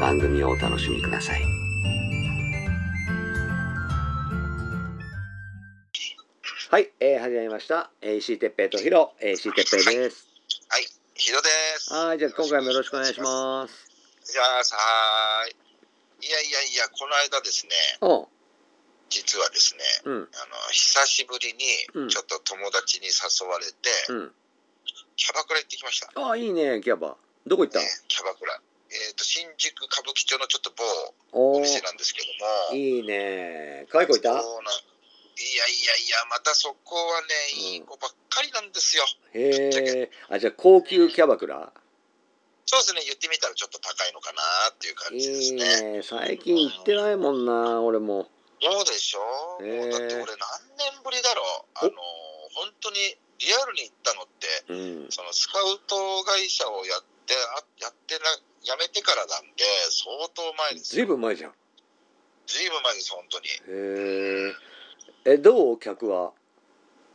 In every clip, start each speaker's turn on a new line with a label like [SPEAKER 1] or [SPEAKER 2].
[SPEAKER 1] 番組をお楽しみください。はい、えー、始まりました。えー、石井哲平とヒロ、えー、石井哲平です。
[SPEAKER 2] ヒロです。
[SPEAKER 1] はい、じゃあ今回もよろしくお願いします。
[SPEAKER 2] じゃあさーい。いやいやいや、この間ですね、
[SPEAKER 1] おう、
[SPEAKER 2] 実はですね、
[SPEAKER 1] うん、
[SPEAKER 2] あの久しぶり
[SPEAKER 1] う
[SPEAKER 2] に
[SPEAKER 1] ん
[SPEAKER 2] ちょっと友達に誘われて、
[SPEAKER 1] うん。
[SPEAKER 2] キャバクラ行ってきました。
[SPEAKER 1] ああ、いいね、キャバ。どこ行った
[SPEAKER 2] ね、キャバクラ。えっ、と新宿歌舞伎町のちょっと某
[SPEAKER 1] お
[SPEAKER 2] お
[SPEAKER 1] お、
[SPEAKER 2] 店なんですけども。
[SPEAKER 1] いいね。可愛い子いた
[SPEAKER 2] そうなんいやいやいや、またそこは
[SPEAKER 1] うん
[SPEAKER 2] ね、いい子ばっかりなんですよ。
[SPEAKER 1] へえ。あ、じゃあ高級キャバクラ
[SPEAKER 2] そうですね、言ってみたらちょっと高いのかなっていう感
[SPEAKER 1] い
[SPEAKER 2] じです
[SPEAKER 1] い
[SPEAKER 2] ね。
[SPEAKER 1] ね。最近行ってないもんな、俺も。
[SPEAKER 2] そうでしょ、
[SPEAKER 1] ねえ
[SPEAKER 2] もうだって俺何年ぶりだろうあの本当にリアルに行ったのって
[SPEAKER 1] うん。
[SPEAKER 2] そのスカウト会社をやってあやってなやめてからなんで相当前です
[SPEAKER 1] ずいぶん前じゃん。へ
[SPEAKER 2] ずいぶん前です本当に
[SPEAKER 1] え。え、どう客は。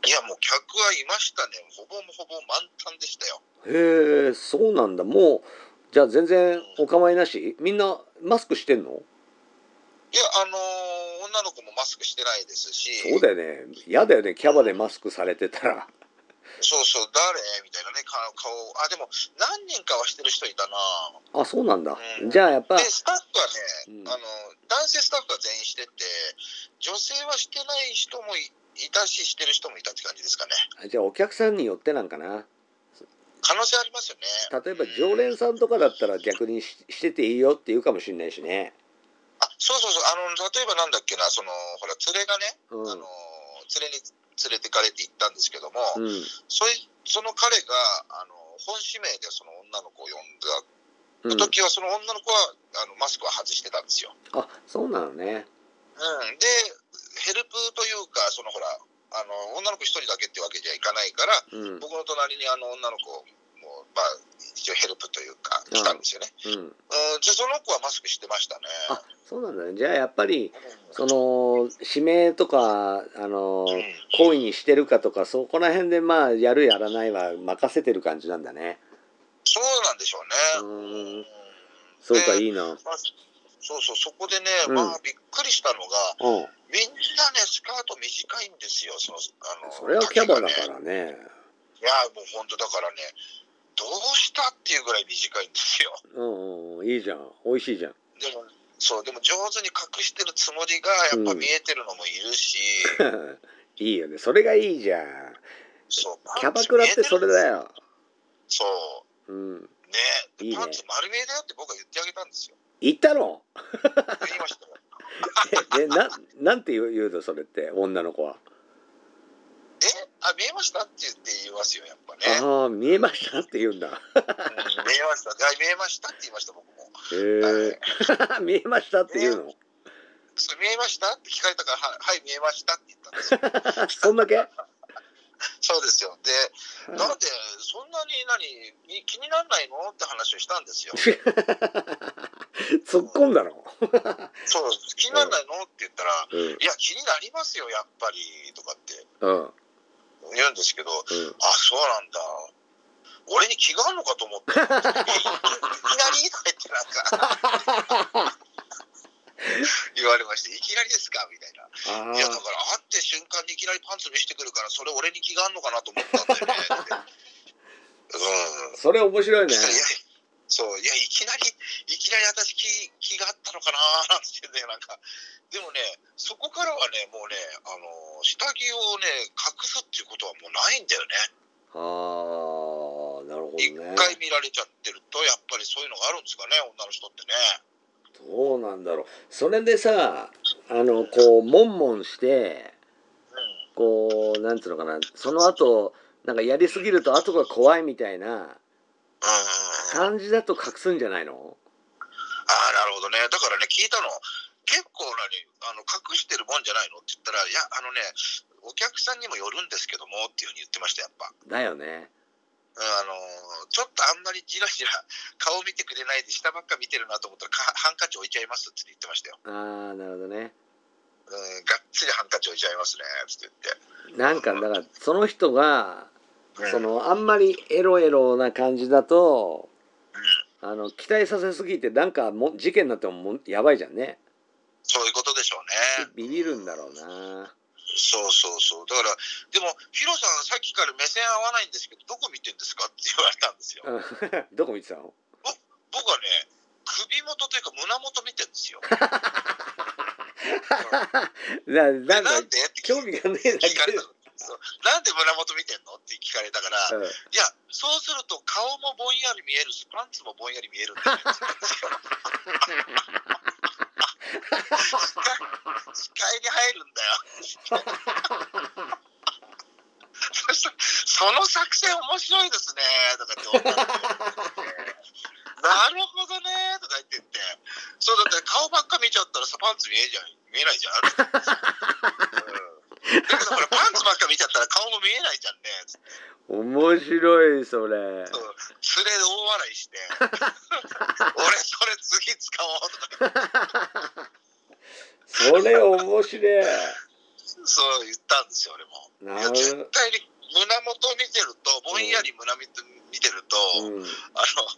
[SPEAKER 2] いやもう客はいましたねほぼほぼ満タンでしたよ
[SPEAKER 1] へえ、そうなんだ。もう、じゃあ全然お構いなしみんなマスクしてんの
[SPEAKER 2] いやあのー女の子もマスクしてないですし
[SPEAKER 1] そうだよね。嫌だよね、キャバでマスクされてたら。
[SPEAKER 2] そうそう誰みたいなねか顔あでも何人かはしてる人いたな
[SPEAKER 1] あ、そうなんだ
[SPEAKER 2] う。ん
[SPEAKER 1] じゃあやっぱ
[SPEAKER 2] で、スタッフはね、
[SPEAKER 1] うん
[SPEAKER 2] あの男性スタッフは全員してて女性はしてない人もいいたししてる人もいたって感じですかね
[SPEAKER 1] じゃあお客さんによってなんかな。
[SPEAKER 2] 可能性ありますよね
[SPEAKER 1] 例えば常連さんとかだったら逆にししてていいよって言うかもしれないしね。
[SPEAKER 2] あそうそうそうあの例えばなんだっけなそのほら連れがね、
[SPEAKER 1] うん。
[SPEAKER 2] あの連れに連れてかれて行ったんですけども、
[SPEAKER 1] うん。
[SPEAKER 2] そいその彼があの本指名でその女の子を呼んだ
[SPEAKER 1] うん、
[SPEAKER 2] 時は、その女の子はあのマスクは外してたんですよ、
[SPEAKER 1] あ、そうなのね。
[SPEAKER 2] うん、でヘルプというかそのほらあの女の子一人だけってわけじゃいかないから
[SPEAKER 1] うん。うん。
[SPEAKER 2] 僕の隣にあの女の子も、まあ、一応ヘルプというか
[SPEAKER 1] うん
[SPEAKER 2] 来たんですよね、うん、じゃあその子はマスクしてましたね
[SPEAKER 1] あ、そうなんだね。じゃあやっぱり
[SPEAKER 2] うん
[SPEAKER 1] その指名とかあの
[SPEAKER 2] うん
[SPEAKER 1] 行為にしてるかとかそこら辺でまあやるやらないは任せてる感じなんだね。
[SPEAKER 2] そうなんでしょう
[SPEAKER 1] う
[SPEAKER 2] ね
[SPEAKER 1] んそうか
[SPEAKER 2] で
[SPEAKER 1] いいな。
[SPEAKER 2] まあそうそうそこでね、
[SPEAKER 1] うん
[SPEAKER 2] まあびっくりしたのが
[SPEAKER 1] うん。
[SPEAKER 2] みんなねスカート短いんですよそのあの
[SPEAKER 1] それはキャバだ
[SPEAKER 2] 丈
[SPEAKER 1] か
[SPEAKER 2] がね
[SPEAKER 1] らね。
[SPEAKER 2] いやもう本当だからねどうしたっていうぐらい短いんですよ
[SPEAKER 1] うんうんいいじゃん。美味しいじゃん。
[SPEAKER 2] でもそうでも上手に隠してるつもりがやっぱ見えてるのもいるし、
[SPEAKER 1] いいよね。それがいいじゃん。
[SPEAKER 2] そう
[SPEAKER 1] キャバクラってそれだよ。
[SPEAKER 2] そ
[SPEAKER 1] うん。
[SPEAKER 2] うね
[SPEAKER 1] いいね
[SPEAKER 2] パンツ丸見えだよって僕は言ってあげたんですよ
[SPEAKER 1] 行ったの？
[SPEAKER 2] 言いましたよ
[SPEAKER 1] えでなんなんて言う言うのそれって女の子は。
[SPEAKER 2] えあ見えましたって言って言いますよやっぱねうん
[SPEAKER 1] ああ見えましたって言うんだ。
[SPEAKER 2] 見えましたあ見えましたって言いました僕も
[SPEAKER 1] へえ。 見えましたって言うの。
[SPEAKER 2] そう見えましたって聞かれたからははい見えましたって言ったん です よ
[SPEAKER 1] そんだけ？
[SPEAKER 2] そうですよでなんでそんなに何に気になんないのって話をしたんですよ
[SPEAKER 1] 突っ込んだろ。
[SPEAKER 2] そう気になんないのって言ったら
[SPEAKER 1] うん
[SPEAKER 2] いや気になりますよやっぱりとかって
[SPEAKER 1] うんうん。
[SPEAKER 2] 言うんですけどあ、そうなんだ。俺に気があるのかと思って。いきなりとか言ってなんか言われまして、いきなりですかみたいな。
[SPEAKER 1] あ
[SPEAKER 2] いや、だから会って瞬間にいきなりパンツ見せてくるから、それ俺に気があるのかなと思ったんだよね。ってうん。
[SPEAKER 1] それ面白いね
[SPEAKER 2] そしたらいやそう、いや、いきなり、いきなり私気、気があったのかなーなんて言ってね、なんか、でもね、そこからはね、もうね、あのー、下着をね、隠すっていうことはもうないんだよね。
[SPEAKER 1] はあ、なるほど
[SPEAKER 2] 一
[SPEAKER 1] ね。
[SPEAKER 2] 回見られちゃってると、やっぱりそういうのがあるんですかね、女の人ってね。
[SPEAKER 1] どうなんだろう。それでさ、あの、こう、もんもんして、
[SPEAKER 2] う
[SPEAKER 1] こ
[SPEAKER 2] ん。
[SPEAKER 1] う、なんつうのかな、その後、なんかやりすぎると後が怖いみたいな
[SPEAKER 2] うんうんうん。あ
[SPEAKER 1] 感じだと隠すんじゃないの
[SPEAKER 2] あ、なるほどね。だからね、聞いたの、結構なに、あの、隠してるもんじゃないのって言ったら、いや、あのね、お客さんにもよるんですけども、っていうふうに言ってました、やっぱ。
[SPEAKER 1] だよね。
[SPEAKER 2] うんあのーちょっとあんまりじらじら顔見てくれないで下ばっか見てるなと思ったらかハンカチ置いちゃいますって言ってましたよ、
[SPEAKER 1] ああ、なるほどね。
[SPEAKER 2] うん、がっつりハンカチ置いちゃいますねって言っ
[SPEAKER 1] なんか、だから、その人が、
[SPEAKER 2] て、
[SPEAKER 1] そ
[SPEAKER 2] うん、
[SPEAKER 1] の、あんまりエロエロな感じだと、
[SPEAKER 2] うん
[SPEAKER 1] あの、期待させすぎて、なんかも、事件になってもも、やばいじゃんね。
[SPEAKER 2] そういうことでしょうね
[SPEAKER 1] ビビるんだろうな。
[SPEAKER 2] そうそうそうだからでもヒロさんさっきから目線合わないんですけどどこ見てんですかって言われたんですよ
[SPEAKER 1] うんどこ見てたの
[SPEAKER 2] 僕はね首元というか胸元見てんですよ
[SPEAKER 1] なな
[SPEAKER 2] な
[SPEAKER 1] ん
[SPEAKER 2] ん
[SPEAKER 1] か
[SPEAKER 2] でって
[SPEAKER 1] 興味がねえだ
[SPEAKER 2] 聞か
[SPEAKER 1] け
[SPEAKER 2] れたのそうなんで胸元見てんのって聞かれたから、いや、そうすると顔もぼんやり見えるし、パンツもぼんやり見えるんだよね視界に入るんだよ。そしたらその作戦面白いですねとかって女の子が言っててなるほどねとか言ってってそうだって顔ばっか見ちゃったらさパンツ見えじゃん見えないじゃん、うん、だけどほらパンツばっか見ちゃったら顔も見えないじゃんねつって
[SPEAKER 1] うん、面白いそれ
[SPEAKER 2] そう連れで大笑い して「俺それ次使おう」とか
[SPEAKER 1] それ面白い
[SPEAKER 2] そう言ったんですよ俺も
[SPEAKER 1] ないる
[SPEAKER 2] や
[SPEAKER 1] ほ
[SPEAKER 2] 絶対に胸元見てるとぼんやり胸元見てると、
[SPEAKER 1] ど、うん
[SPEAKER 2] あの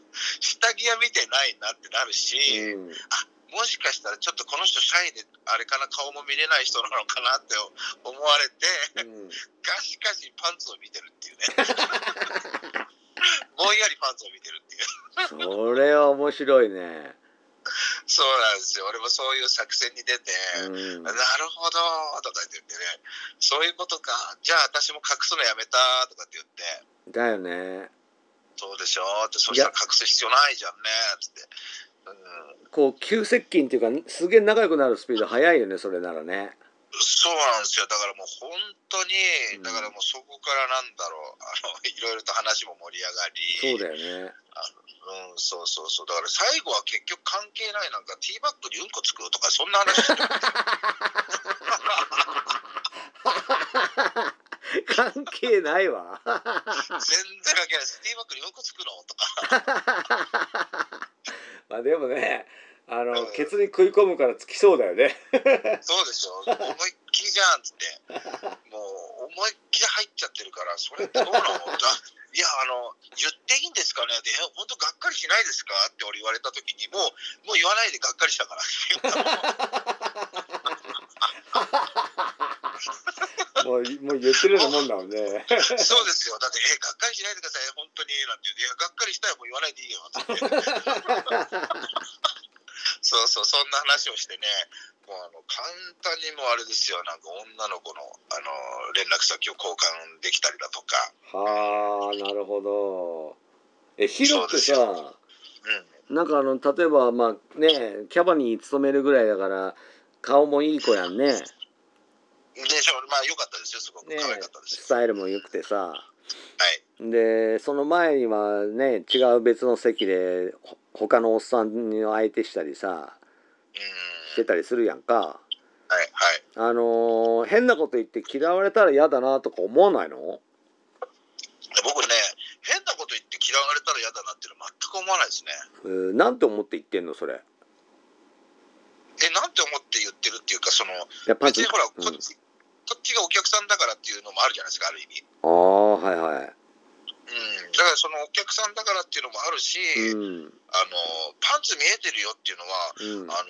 [SPEAKER 2] 下着は見てないなってなるし、
[SPEAKER 1] うん、
[SPEAKER 2] もしかしたらちょっとこの人シャイであれかな顔も見れない人なのかなって思われて
[SPEAKER 1] うん、
[SPEAKER 2] ガシガシパンツを見てるっていうね ぼんやりパンツを見てるっていう
[SPEAKER 1] それは面白いね、
[SPEAKER 2] そうなんですよ俺もそういう作戦に出て、
[SPEAKER 1] うん
[SPEAKER 2] なるほどとか言ってね、そういうことか、じゃあ私も隠すのやめたとかって言って、
[SPEAKER 1] だよね
[SPEAKER 2] そうでしょって、そしたら隠す必要ないじゃんねつって、うん、
[SPEAKER 1] こう急接近っていうかすげえ仲良くなるスピード速いよねそれならね
[SPEAKER 2] そうなんですよ、だからもう本当
[SPEAKER 1] うん
[SPEAKER 2] に、だからもうそこからなんだろう、あのいろいろと話も盛り
[SPEAKER 1] そう
[SPEAKER 2] 上がり、
[SPEAKER 1] だよね
[SPEAKER 2] うん、そうそうそう、だから最後は結局関係ないなんか、ティーバッグにうんこ作るとか、そんな話 してる
[SPEAKER 1] 関係ないわ
[SPEAKER 2] 全然関係ないです、ティーバッグにうんこ作るのとか、
[SPEAKER 1] まあでもねあの、
[SPEAKER 2] うん
[SPEAKER 1] ケツに食い込むからつきそうだよね
[SPEAKER 2] そうでしょ思いっきりじゃんっつってもう思いっきり入っちゃってるからそれってどうなのっていやあの言っていいんですかねってえ本当がっかりしないですかって俺言われた時にもうもう言わないでがっかりしたから
[SPEAKER 1] もうもう言ってるようなもんだもんね
[SPEAKER 2] そうですよだってえがっかりしないでください本当になんて言うていやがっかりしたらもう言わないでいいよって言ってそうそうそんな話をしてねもうあの簡単にもうあれですよなんか女の子のあの連絡先を交換できたりだとか、
[SPEAKER 1] はあなるほどえヒロって
[SPEAKER 2] そうで
[SPEAKER 1] さ
[SPEAKER 2] うん、
[SPEAKER 1] なんかあの例えばまあねキャバに勤めるぐらいだから顔もいい子やんね
[SPEAKER 2] でしょう、まあ良かったですよ、すごく
[SPEAKER 1] ね
[SPEAKER 2] 可愛かったです
[SPEAKER 1] ス
[SPEAKER 2] よ。
[SPEAKER 1] タイルも良くてさ
[SPEAKER 2] はい。
[SPEAKER 1] でその前にはね違う別の席でほ他のおっさんに相手したりさ
[SPEAKER 2] う
[SPEAKER 1] して
[SPEAKER 2] ーん。
[SPEAKER 1] たりするやんか
[SPEAKER 2] はい、はい。
[SPEAKER 1] あのー変なこと言って嫌われたら嫌だなとか思わないの
[SPEAKER 2] で僕ね、変なこと言って嫌われたら嫌だなっていうのは全く思わないですね。
[SPEAKER 1] えーなんて思って言ってんのそれ
[SPEAKER 2] え、なんて思って言ってるっていうか、その、
[SPEAKER 1] いやパン
[SPEAKER 2] 別
[SPEAKER 1] チ
[SPEAKER 2] にほら、
[SPEAKER 1] うん
[SPEAKER 2] こっち、こっちがお客さんだからっていうのもあるじゃないですか、ある意味。
[SPEAKER 1] ああはいは
[SPEAKER 2] うん。だからそのお客さんだからっていうのもあるし、
[SPEAKER 1] いうん
[SPEAKER 2] あの、パンツ見えてるよっていうのは、
[SPEAKER 1] うん
[SPEAKER 2] あの、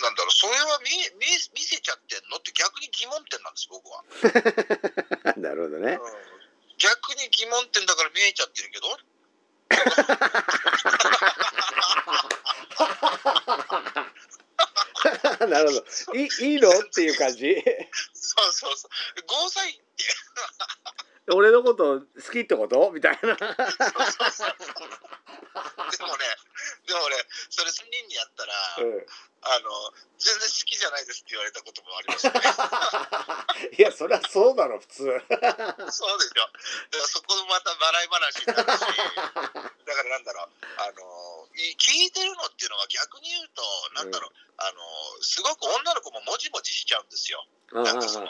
[SPEAKER 2] なんだろう、それは見え見え見せちゃってんのって逆に疑問点なんです、僕は。
[SPEAKER 1] なるほどね
[SPEAKER 2] 逆に疑問点だから見えちゃってるけどそ
[SPEAKER 1] なるほど。いいいのっていう感じ
[SPEAKER 2] そうそうそう。ゴーサイ ンって。
[SPEAKER 1] 俺のこと好きってことみた いな。
[SPEAKER 2] そうそうそうでもね、でもね、それ3人にやったら、
[SPEAKER 1] うん
[SPEAKER 2] あの、全然好きじゃないですって言われたこともありました ね。
[SPEAKER 1] いや、そりゃそうだろ、普通。
[SPEAKER 2] そうでしょ。だからそこもまた笑い話に なるし、だからなんだろう、あの、い聞いてるのっていうのは逆に言うと、なんだろう、あの、すごく女の子ももじもじしちゃうんですよ。
[SPEAKER 1] うんうん
[SPEAKER 2] なんかその、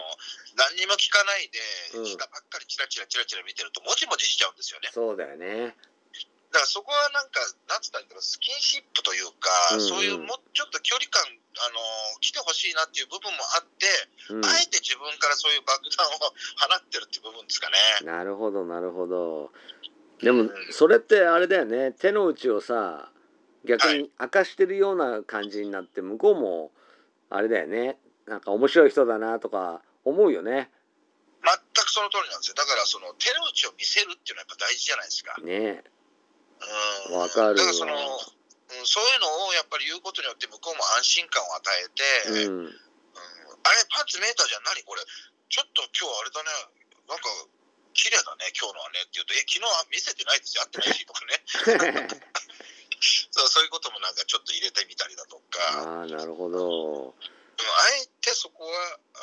[SPEAKER 2] 何にも聞かない
[SPEAKER 1] うん
[SPEAKER 2] で、下ばっかりチラチラチラチラ見てると、もじもじしちゃうんですよね。
[SPEAKER 1] そうだよね。
[SPEAKER 2] だからそこはなんか、なんつったらいいんだろう、スキンシップというか、
[SPEAKER 1] うんうん
[SPEAKER 2] そういうもうちょっと距離感、あの来てほしいなっていう部分もあって、
[SPEAKER 1] うん
[SPEAKER 2] あえて自分からそういう爆弾を放ってるっていう部分ですかね。
[SPEAKER 1] なるほどなるほどでもそれってあれだよね手の内をさ逆に明かしてるような感じになって向こうもあれだよねなんか面白い人だなとか思うよね
[SPEAKER 2] 全くその通りなんですよ。だからその手の内を見せるっていうのはやっぱ大事じゃないですか。
[SPEAKER 1] ね
[SPEAKER 2] うん。
[SPEAKER 1] わかるわ
[SPEAKER 2] だからその、うん、そういうのをやっぱり言うことによって向こうも安心感を与
[SPEAKER 1] う
[SPEAKER 2] えて、うん
[SPEAKER 1] ん
[SPEAKER 2] あれパンツメーターじゃん何これちょっと今日あれだねなんか綺麗だね今日のはねって言うとえ昨日は見せてないですよ会ってないしとかね そうそういうこともなんかちょっと入れてみたりだとか、う
[SPEAKER 1] あ
[SPEAKER 2] ん、あ
[SPEAKER 1] あなるほど
[SPEAKER 2] えてそこは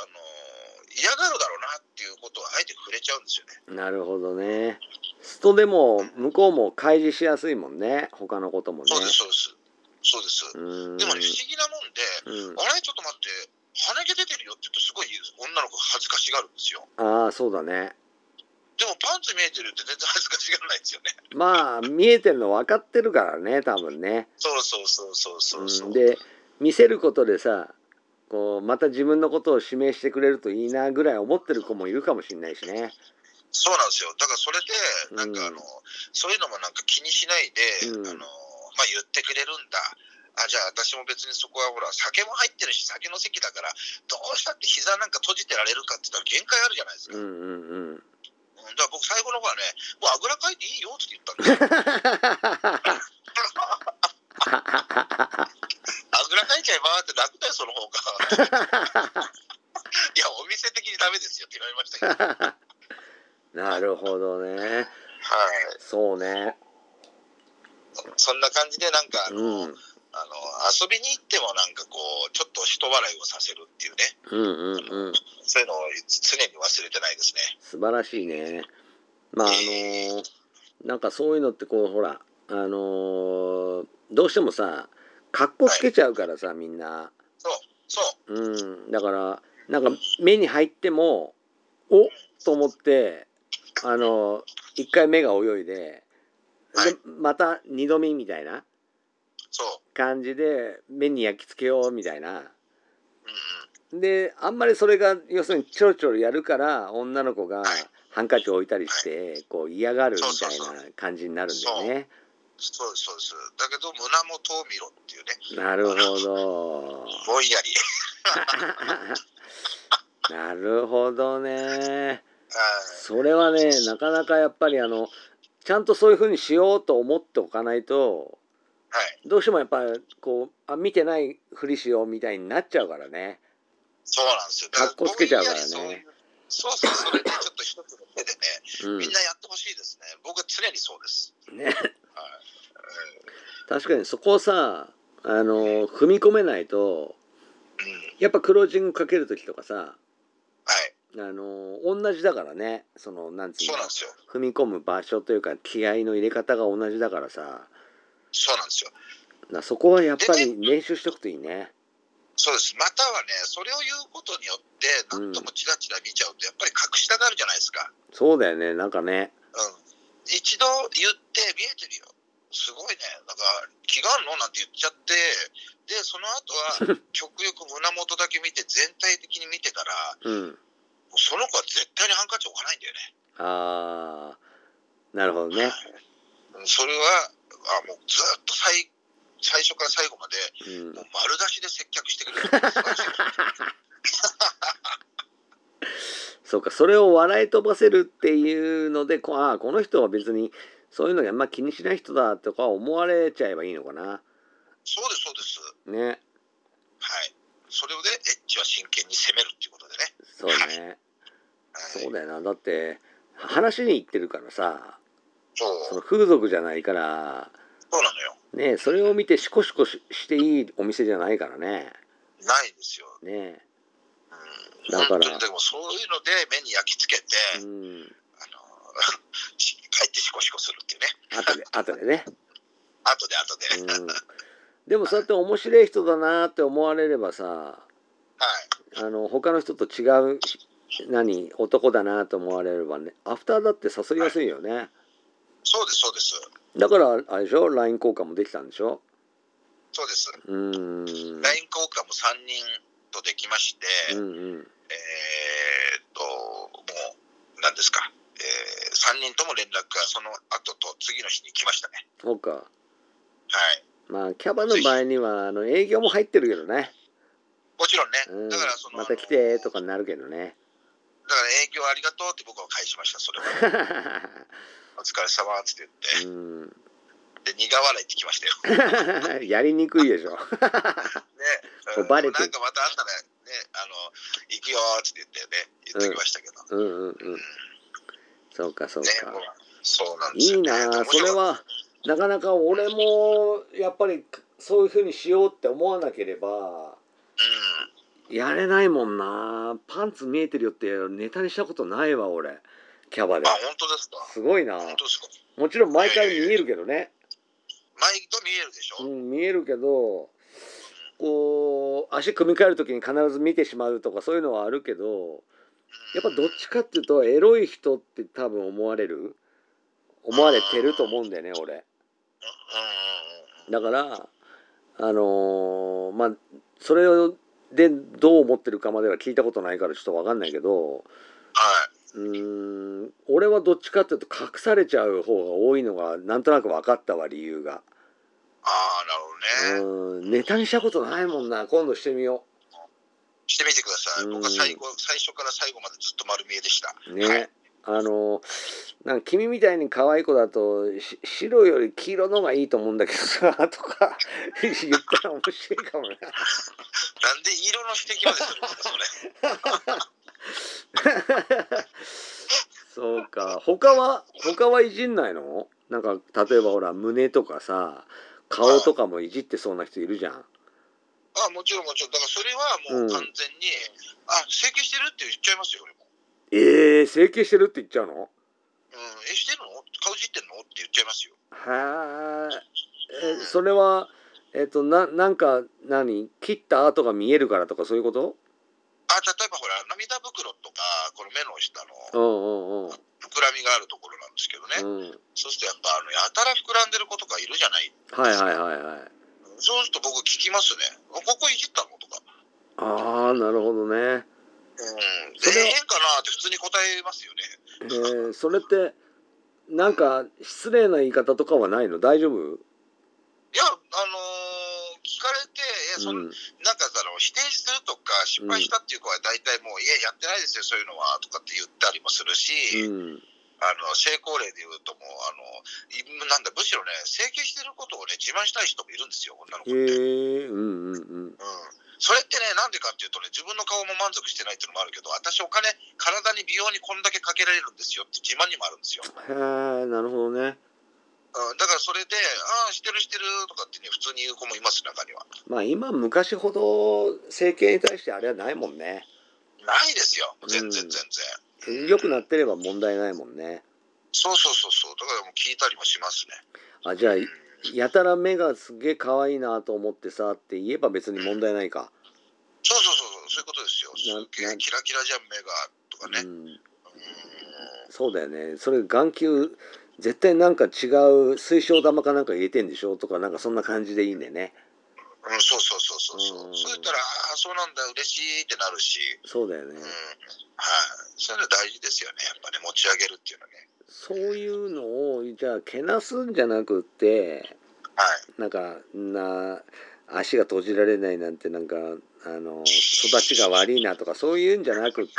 [SPEAKER 2] あのー嫌がるだろうなっていうことをあえて触れちゃうんですよね
[SPEAKER 1] なるほどねストでも向こうも開示しやすいもんね他のこともね
[SPEAKER 2] そうですそうですそうです、
[SPEAKER 1] うーん
[SPEAKER 2] でもね不思議なもんで、
[SPEAKER 1] うん
[SPEAKER 2] あれちょっと待って鼻毛出てるよって言うとすごい女の子恥ずかしがるんですよ
[SPEAKER 1] ああそうだね
[SPEAKER 2] でもパンツ見えてるって全然恥ずかしがらないですよね
[SPEAKER 1] まあ見えてるの分かってるからね多分ね、
[SPEAKER 2] そうそうそうそうそうそううん
[SPEAKER 1] で見せることでさこうまた自分のことを指名してくれるといいなぐらい思ってる子もいるかもしれないしね。
[SPEAKER 2] そうなんですよだからそれでなんかあ
[SPEAKER 1] うん
[SPEAKER 2] の、そういうのもなんか気にしないで、
[SPEAKER 1] うん
[SPEAKER 2] あのまあ、言ってくれるんだあじゃあ私も別にそこはほら酒も入ってるし酒の席だからどうしたって膝なんか閉じてられるかって言ったら限界あるじゃないで
[SPEAKER 1] う
[SPEAKER 2] すか、う
[SPEAKER 1] ん
[SPEAKER 2] ん
[SPEAKER 1] うんうん。
[SPEAKER 2] だから僕最後の方はねもうあぐらかいていいよって言ったんですよ あぐらかいちゃえばーって楽だよその方が いやお店的にダメですよって言われましたけど
[SPEAKER 1] なるほどね。
[SPEAKER 2] はい
[SPEAKER 1] そうね。
[SPEAKER 2] そんな感じでなんかあの、
[SPEAKER 1] うん
[SPEAKER 2] あの遊びに行ってもなんかこうちょっと人笑いをさせるっていうね
[SPEAKER 1] うんうんうん。
[SPEAKER 2] そういうのを常に忘れてないですね
[SPEAKER 1] 素晴らしいね。まああのーなんかそういうのってこうほらあのーどうしてもさ格好つけちゃうからさみんな。
[SPEAKER 2] そう
[SPEAKER 1] うん、だからなんか目に入ってもおっと思ってあの一回目が泳いで
[SPEAKER 2] はい
[SPEAKER 1] でまた二度目みたいな
[SPEAKER 2] そう
[SPEAKER 1] 感じで目に焼き付けようみたいな
[SPEAKER 2] うんうん
[SPEAKER 1] であんまりそれが要するにちょろちょろやるから女の子がハンカチを置いたりしてこう嫌がるみたいな感じになるんだよね。
[SPEAKER 2] そうですそうですだけど胸元を見ろっていうね
[SPEAKER 1] なるほ ど。
[SPEAKER 2] ぼんやり
[SPEAKER 1] なるほどね。
[SPEAKER 2] はい
[SPEAKER 1] それはねなかなかやっぱりあのちゃんとそういうふうにしようと思っておかないと
[SPEAKER 2] はい
[SPEAKER 1] どうしてもやっぱりこうあ見てないふりしようみたいになっちゃうからね
[SPEAKER 2] そうなんですよだ
[SPEAKER 1] かっこつけちゃうからね
[SPEAKER 2] ぼんやりそういうそうそうそれでちょっと一つの手でね
[SPEAKER 1] うん
[SPEAKER 2] みんなやってほしいですね僕は常にそうです
[SPEAKER 1] ね
[SPEAKER 2] はい
[SPEAKER 1] 確かにそこをさあの踏み込めないと
[SPEAKER 2] うんうん
[SPEAKER 1] やっぱクロージングかける時とかさ
[SPEAKER 2] はい
[SPEAKER 1] あの同じだからねそのなんつう
[SPEAKER 2] そ
[SPEAKER 1] の
[SPEAKER 2] うなんですよ
[SPEAKER 1] 踏み込む場所というか気合の入れ方が同じだからさ
[SPEAKER 2] そうなんですよ
[SPEAKER 1] なそこはやっぱり練習しとくといいね。
[SPEAKER 2] そうです。またはね、それを言うことによって、なんともチラチラ見ちゃうと、やっぱり隠したがるじゃないですか。
[SPEAKER 1] そうだよねなんかね
[SPEAKER 2] うん。一度言って、見えてるよ。すごいね。なんか、気があるのなんて言っちゃって、で、その 後は、極力胸元だけ見て、全体的に見てたら、
[SPEAKER 1] うん
[SPEAKER 2] もうその子は絶対にハンカチ置かないんだよね。
[SPEAKER 1] あーなるほどね。
[SPEAKER 2] うんそれは、あもうずっと最最初から最後まで、
[SPEAKER 1] うん
[SPEAKER 2] もう丸出しで接客してくれ るのが素晴らしい。
[SPEAKER 1] そうかそれを笑い飛ばせるっていうのでこあーこの人は別にそういうのがあんま気にしない人だとか思われちゃえばいいのかな
[SPEAKER 2] そうです、そうです。
[SPEAKER 1] ね
[SPEAKER 2] はい。それをね、エッジは真剣に攻めるっていうことでね。
[SPEAKER 1] そうね
[SPEAKER 2] はい
[SPEAKER 1] そうだよなだって話に行ってるからさそ
[SPEAKER 2] そう
[SPEAKER 1] の風俗じゃないから
[SPEAKER 2] そうなのよ。
[SPEAKER 1] ねそれを見てシコシコししていいお店じゃないからね
[SPEAKER 2] ないんですよ。
[SPEAKER 1] ね
[SPEAKER 2] うん、
[SPEAKER 1] だから
[SPEAKER 2] 本当にでもそういうので目に焼き付けて、
[SPEAKER 1] うん
[SPEAKER 2] あの 帰ってシコシコするっていうね。
[SPEAKER 1] 後で後でね、
[SPEAKER 2] 後で後で。
[SPEAKER 1] う
[SPEAKER 2] はい。
[SPEAKER 1] ん、でもそうやって面白い人だなって思われればさあの他の人と違う何男だなと思われればねアフターだって誘いやすいよね
[SPEAKER 2] そうです、そうです。
[SPEAKER 1] だからあれでしょ LINE 交換もできたんでしょ
[SPEAKER 2] そうです。
[SPEAKER 1] うーん
[SPEAKER 2] LINE 交換も3人とできまして、
[SPEAKER 1] うんうん
[SPEAKER 2] えーっと、もう、何ですか。え3人とも連絡がその後と次の日に来ましたね。
[SPEAKER 1] そうか
[SPEAKER 2] はい。
[SPEAKER 1] まあキャバの場合にはあの営業も入ってるけどね、
[SPEAKER 2] もちろんね。
[SPEAKER 1] うん、
[SPEAKER 2] だからその、
[SPEAKER 1] また来てとかになるけど ね
[SPEAKER 2] だから営業ありがとうって僕は返しました、それは。お疲れ様って言って、
[SPEAKER 1] うん
[SPEAKER 2] で苦笑いってきましたよ。
[SPEAKER 1] やりにくいでしょ
[SPEAKER 2] ね、
[SPEAKER 1] もうバレて
[SPEAKER 2] なんかまたあったら、ね、あの行くよって言ってね、言ってきましたけど、
[SPEAKER 1] うんうんうんそうかそう
[SPEAKER 2] ね、
[SPEAKER 1] か
[SPEAKER 2] もうそうなんです
[SPEAKER 1] いい
[SPEAKER 2] よ、ね。
[SPEAKER 1] なあ
[SPEAKER 2] 面
[SPEAKER 1] そ
[SPEAKER 2] 白
[SPEAKER 1] れ
[SPEAKER 2] い
[SPEAKER 1] はなかなか俺もやっぱりそういうふうにしようって思わなければ
[SPEAKER 2] うん、
[SPEAKER 1] やれないもんなパンツ見えてるよってネタにしたことないわ俺キャバで
[SPEAKER 2] あ、本当ですか。
[SPEAKER 1] すごいな
[SPEAKER 2] 本当ですか。
[SPEAKER 1] もちろん毎回見えるけどね、
[SPEAKER 2] 毎度見えるでしょ。
[SPEAKER 1] うん、見えるけどこう足組み替える時に必ず見てしまうとかそういうのはあるけどやっぱどっちかっていうとエロい人って多分思われる思われてると思うんだよね俺
[SPEAKER 2] うんうんうんうん。
[SPEAKER 1] だからあのーまあそれでどう思ってるかまでは聞いたことないからちょっと分かんないけど
[SPEAKER 2] は
[SPEAKER 1] うーん俺はどっちかっていうと隠されちゃう方が多いのがなんとなく分かったわ理由が
[SPEAKER 2] い。ああ、なるほど
[SPEAKER 1] う
[SPEAKER 2] ね。
[SPEAKER 1] ーんネタにしたことないもんな今度してみよ
[SPEAKER 2] してみてください。
[SPEAKER 1] うん
[SPEAKER 2] 僕は最後、最初から最後までずっと丸見えでした。
[SPEAKER 1] う
[SPEAKER 2] は
[SPEAKER 1] ね
[SPEAKER 2] い。
[SPEAKER 1] あのなんか君みたいに可愛い子だとし白より黄色の方がいいと思うんだけどさ とか言ったら面白いか もな
[SPEAKER 2] なんで色の指摘までするんですか、それ。
[SPEAKER 1] そうか他は他はいじんないのなんか例えばほら胸とかさ顔とかもいじってそうな人いるじゃん
[SPEAKER 2] あもちろんもちろん。だからそれはもう完全に、あ、整形してるって言っちゃいますよ、俺も。
[SPEAKER 1] えー、整形してるって言っちゃうの
[SPEAKER 2] うん、え、してるの顔いじってんのって言っちゃいますよ。
[SPEAKER 1] はあえそれはえっ、とななんか何切った跡が見えるからとかそういうこと
[SPEAKER 2] あ、例えばほら、涙袋とか、この目の下
[SPEAKER 1] う
[SPEAKER 2] の
[SPEAKER 1] んうん
[SPEAKER 2] 膨らみがあるところなんですけどね。
[SPEAKER 1] うんうん
[SPEAKER 2] そうするとやっぱ、あの、やたら膨らんでる子とかいるじゃない。
[SPEAKER 1] はいはいはいはい
[SPEAKER 2] そうすると僕聞きますね。あここいじったのとか。
[SPEAKER 1] ああなるほどね、
[SPEAKER 2] うん。
[SPEAKER 1] それは
[SPEAKER 2] え変かなって普通に答えますよね。
[SPEAKER 1] えーそれってなんか失礼な言い方とかはないの大丈夫
[SPEAKER 2] いや、あのー聞かれて、え、そん
[SPEAKER 1] うん
[SPEAKER 2] なんかあの否定するとか失敗したっていう子は大体もう「いややってないですよそういうのは」とかって言ったりもするし、
[SPEAKER 1] うん
[SPEAKER 2] あの成功例で言うともうあのいなんだむしろね整形してることをね自慢したい人もいるんですよ女
[SPEAKER 1] へ
[SPEAKER 2] の子って、う
[SPEAKER 1] え
[SPEAKER 2] ん、
[SPEAKER 1] うんうんうん
[SPEAKER 2] それってねなんでかっていうとね自分の顔も満足してないっていうのもあるけど私お金体に美容にこんだけかけられるんですよって自慢にもあるんですよ、
[SPEAKER 1] へえなるほどね
[SPEAKER 2] うん、だからそれで「ああしてるしてる」とかってね普通に言う子もいます中には
[SPEAKER 1] まあ今昔ほど整形に対してあれはないもんね
[SPEAKER 2] ないですよ全然
[SPEAKER 1] うん
[SPEAKER 2] 全然、
[SPEAKER 1] 良くなってれば問題ないもんね
[SPEAKER 2] そうそうそうそうだからもう聞いたりもしますね
[SPEAKER 1] あじゃあ
[SPEAKER 2] うん
[SPEAKER 1] やたら目がすげえ可愛いなと思ってさって言えば別に問題ないか、
[SPEAKER 2] そうそうそうそう、そういうことですよ。
[SPEAKER 1] な
[SPEAKER 2] すげ
[SPEAKER 1] な
[SPEAKER 2] えキラキラじゃん、目がとか
[SPEAKER 1] う
[SPEAKER 2] ね。うん
[SPEAKER 1] ん、そうだよねそれ眼球絶対なんか違う水晶玉かなんか入れてんでしょとかなんかそんな感じでいいんだよね
[SPEAKER 2] うん、そうそうそうそうそうう。
[SPEAKER 1] ん
[SPEAKER 2] そう言ったら、ああ、そうなんだ、嬉しいってなるし。
[SPEAKER 1] そうだよね
[SPEAKER 2] うん、はい、そういうの大事ですよね。やっぱね、持ち上げるっていうのはね。
[SPEAKER 1] そういうのをじゃあけなすんじゃなくって
[SPEAKER 2] はい。
[SPEAKER 1] なんかな足が閉じられないなんてなんかあの育ちが悪いなとかそういうんじゃなくて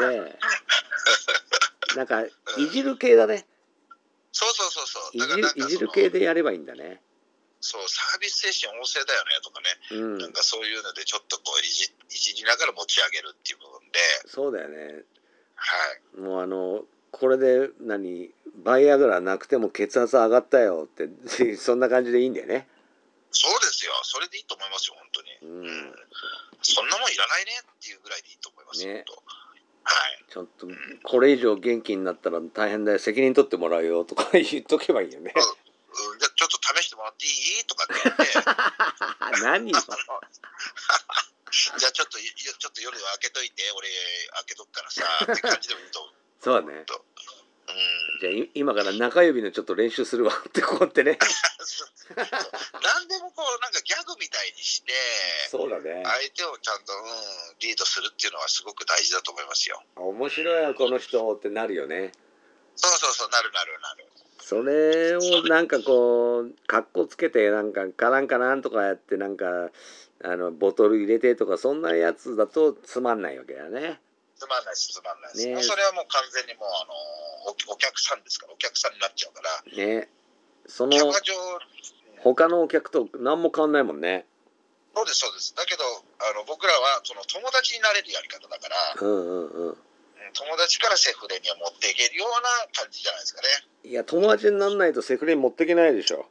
[SPEAKER 1] なんかいじる系だね
[SPEAKER 2] そうそうそうそう。
[SPEAKER 1] い
[SPEAKER 2] だ
[SPEAKER 1] じ
[SPEAKER 2] から
[SPEAKER 1] る
[SPEAKER 2] なんか
[SPEAKER 1] い
[SPEAKER 2] その
[SPEAKER 1] じる系でやればいいんだね
[SPEAKER 2] そう、サービス精神旺盛だよねとかね、
[SPEAKER 1] うん
[SPEAKER 2] なんかそういうので、ちょっとこういじ、いじりながら持ち上げるっていう部分で、
[SPEAKER 1] そうだよね
[SPEAKER 2] はい。
[SPEAKER 1] もうあのこれで何バイアグラなくても血圧上がったよって そんな感じでいいんだよね
[SPEAKER 2] そうですよ、それでいいと思いますよ、本当に。
[SPEAKER 1] うん
[SPEAKER 2] そんなもんいらないねっていうぐらいでいいと思いますよ、
[SPEAKER 1] ね
[SPEAKER 2] 本当はい。
[SPEAKER 1] ちょっとこれ以上元気になったら大変だよ責任取ってもらうよとか 言っとけばいいよね
[SPEAKER 2] うん、じゃあちょっと試してもらっていいとかって言って、
[SPEAKER 1] 何よ
[SPEAKER 2] じゃあちょっとい、ちょっと夜開けといて、俺開けとくからさ、って感じでもいいと思う。
[SPEAKER 1] そうだね
[SPEAKER 2] うん、
[SPEAKER 1] じゃあい今から中指のちょっと練習するわってこうやってね
[SPEAKER 2] 何でもこうなんかギャグみたいにして
[SPEAKER 1] そうだね
[SPEAKER 2] 相手をちゃんと、うん、リードするっていうのはすごく大事だと思いますよ
[SPEAKER 1] 面白いわこの人ってなるよね
[SPEAKER 2] そうそうそうなるなるなる
[SPEAKER 1] それをなんかこう格好つけてなんかカランカランとかやってなんかあのボトル入れてとかそんなやつだとつまんないわけだね
[SPEAKER 2] つまんないしつまんないし、
[SPEAKER 1] ねえ
[SPEAKER 2] もうそれはもう完全にもうあのおお客さんですからお客さんになっちゃうから
[SPEAKER 1] ねその
[SPEAKER 2] キャバ嬢うん
[SPEAKER 1] 他のお客と何も変わんないもんね
[SPEAKER 2] そうですそうですだけどあの僕らはその友達になれるやり方だから、
[SPEAKER 1] うんうんうん
[SPEAKER 2] うん友達からセフレには持っていけるような感じじゃないですかね
[SPEAKER 1] いや友達になんないとセフレに持ってけないでしょ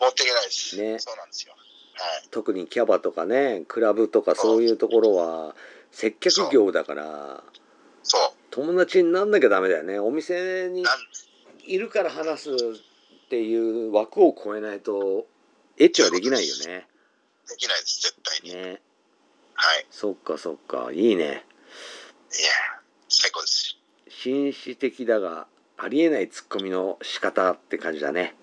[SPEAKER 2] 持っていけないです、
[SPEAKER 1] ね
[SPEAKER 2] そうなんですよはい
[SPEAKER 1] 特にキャバとかねクラブとかそういうところは接客業だから
[SPEAKER 2] そう
[SPEAKER 1] 友達になんなきゃダメだよねお店に
[SPEAKER 2] なん
[SPEAKER 1] いるから話すっていう枠を超えないとエッチはできないよね。
[SPEAKER 2] できないです絶対に、
[SPEAKER 1] ね
[SPEAKER 2] はい
[SPEAKER 1] そっかそっかいいね
[SPEAKER 2] いや最高です
[SPEAKER 1] 紳士的だがありえないツッコミの仕方って感じだね。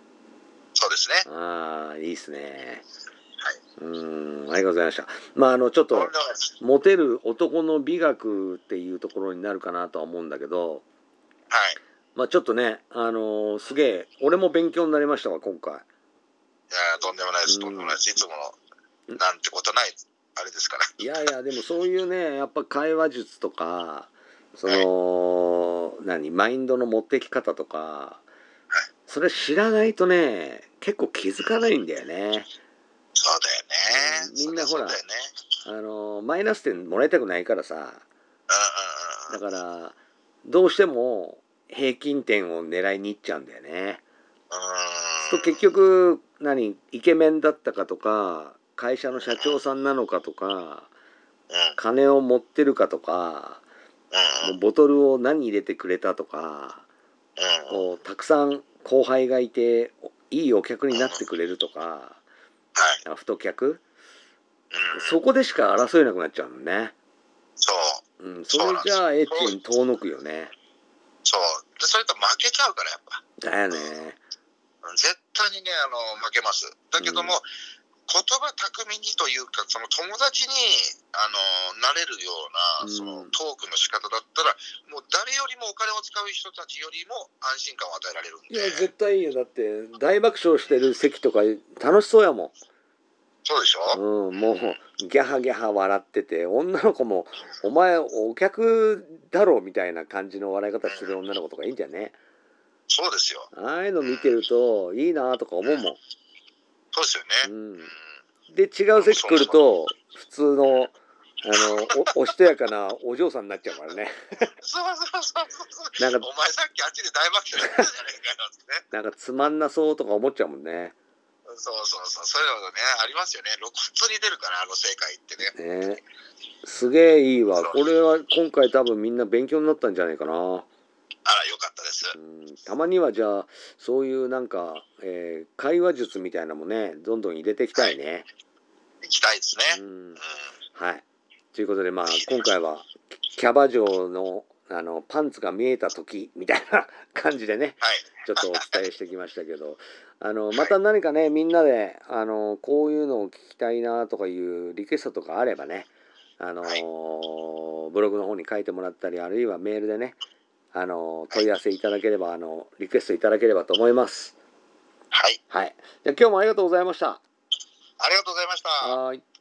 [SPEAKER 2] そうですね
[SPEAKER 1] ああいいっすね。うーんありがとうございました。まああのちょっ
[SPEAKER 2] とんで
[SPEAKER 1] と
[SPEAKER 2] もないです
[SPEAKER 1] モテる男の美学っていうところになるかなとは思うんだけど、
[SPEAKER 2] はい
[SPEAKER 1] まあちょっとねあのすげえ俺も勉強になりましたわ今回。
[SPEAKER 2] いやとんでもないで
[SPEAKER 1] う
[SPEAKER 2] す
[SPEAKER 1] ん
[SPEAKER 2] とんでもないですいつも
[SPEAKER 1] うん
[SPEAKER 2] のなんてことないあれですから
[SPEAKER 1] いやいやでもそういうねやっぱ会話術とかその何マインドの持ってき方とかそれ知らないとね結構気づかないんだよね
[SPEAKER 2] そうだよね
[SPEAKER 1] うんみんなほら
[SPEAKER 2] そうだよね
[SPEAKER 1] あのマイナス点もらいたくないからさ
[SPEAKER 2] うん
[SPEAKER 1] だ
[SPEAKER 2] うんうんうん
[SPEAKER 1] からどうしても平均点を狙いに行っちゃうんだよねと結局何イケメンだったかとか会社の社長さんなのかとか
[SPEAKER 2] うんうん
[SPEAKER 1] 金を持ってるかとか
[SPEAKER 2] うん
[SPEAKER 1] もうボトルを何入れてくれたとか
[SPEAKER 2] うんうん
[SPEAKER 1] こうたくさん後輩がいておいいお客になってくれるとか
[SPEAKER 2] はい
[SPEAKER 1] あ太客
[SPEAKER 2] うん
[SPEAKER 1] そこでしか争えなくなっちゃうのね、
[SPEAKER 2] そう
[SPEAKER 1] うん、それじゃあエッチに遠のくよね
[SPEAKER 2] そうでそれと負けちゃうからやっぱ
[SPEAKER 1] だよね
[SPEAKER 2] うん絶対にねあの負けますだけども、
[SPEAKER 1] う
[SPEAKER 2] 言葉巧みにというかその友達にあのなれるようなその
[SPEAKER 1] うん
[SPEAKER 2] トークの仕方だったら、もう誰よりもお金を使う人たちよりも安心感を与えられるん
[SPEAKER 1] いや
[SPEAKER 2] で
[SPEAKER 1] 絶対いいよだって大爆笑してる席とか楽しそうやも
[SPEAKER 2] そうでし
[SPEAKER 1] ん、
[SPEAKER 2] ょ、
[SPEAKER 1] うん、もうギャハギャハ笑ってて女の子も「お前お客だろ」みたいな感じの笑い方する女の子とかいいんだよね
[SPEAKER 2] そうですよ
[SPEAKER 1] ああいうの見てるといいなとか思うもん
[SPEAKER 2] そうですよね、
[SPEAKER 1] うん
[SPEAKER 2] うん
[SPEAKER 1] で違う席来ると普通のあのおお しとやかなお嬢さんになっちゃうからね
[SPEAKER 2] そうそうそうそう
[SPEAKER 1] なんか
[SPEAKER 2] お前さっきあっちで大爆笑してたじゃねえかよってね
[SPEAKER 1] なんかつまんなそうとか思っちゃうもんね
[SPEAKER 2] そうそうそうそういうのねありますよね露骨に出るからあの世界ってね
[SPEAKER 1] ねすげえいいわこれは今回多分みんな勉強になったんじゃないかな、
[SPEAKER 2] あらよかったです
[SPEAKER 1] うん、たまにはじゃあそういうなんか、えー会話術みたいなのもねどんどん入れていきたいね、
[SPEAKER 2] 行きたいです
[SPEAKER 1] う
[SPEAKER 2] ね、
[SPEAKER 1] ん
[SPEAKER 2] うん、
[SPEAKER 1] はいということでまあ今回はキャバ嬢のあのパンツが見えた時みたいな感じでね
[SPEAKER 2] はい
[SPEAKER 1] ちょっとお伝えしてきましたけど、あのまた何かねみんなであのこういうのを聞きたいなとかいうリクエストとかあればね、あの
[SPEAKER 2] はい
[SPEAKER 1] ブログの方に書いてもらったりあるいはメールでね、あの問い合わせいただければあのリクエストいただければと思います。
[SPEAKER 2] はい
[SPEAKER 1] はい。じゃあ今日もありがとうございました。
[SPEAKER 2] ありがとうございました。
[SPEAKER 1] はい。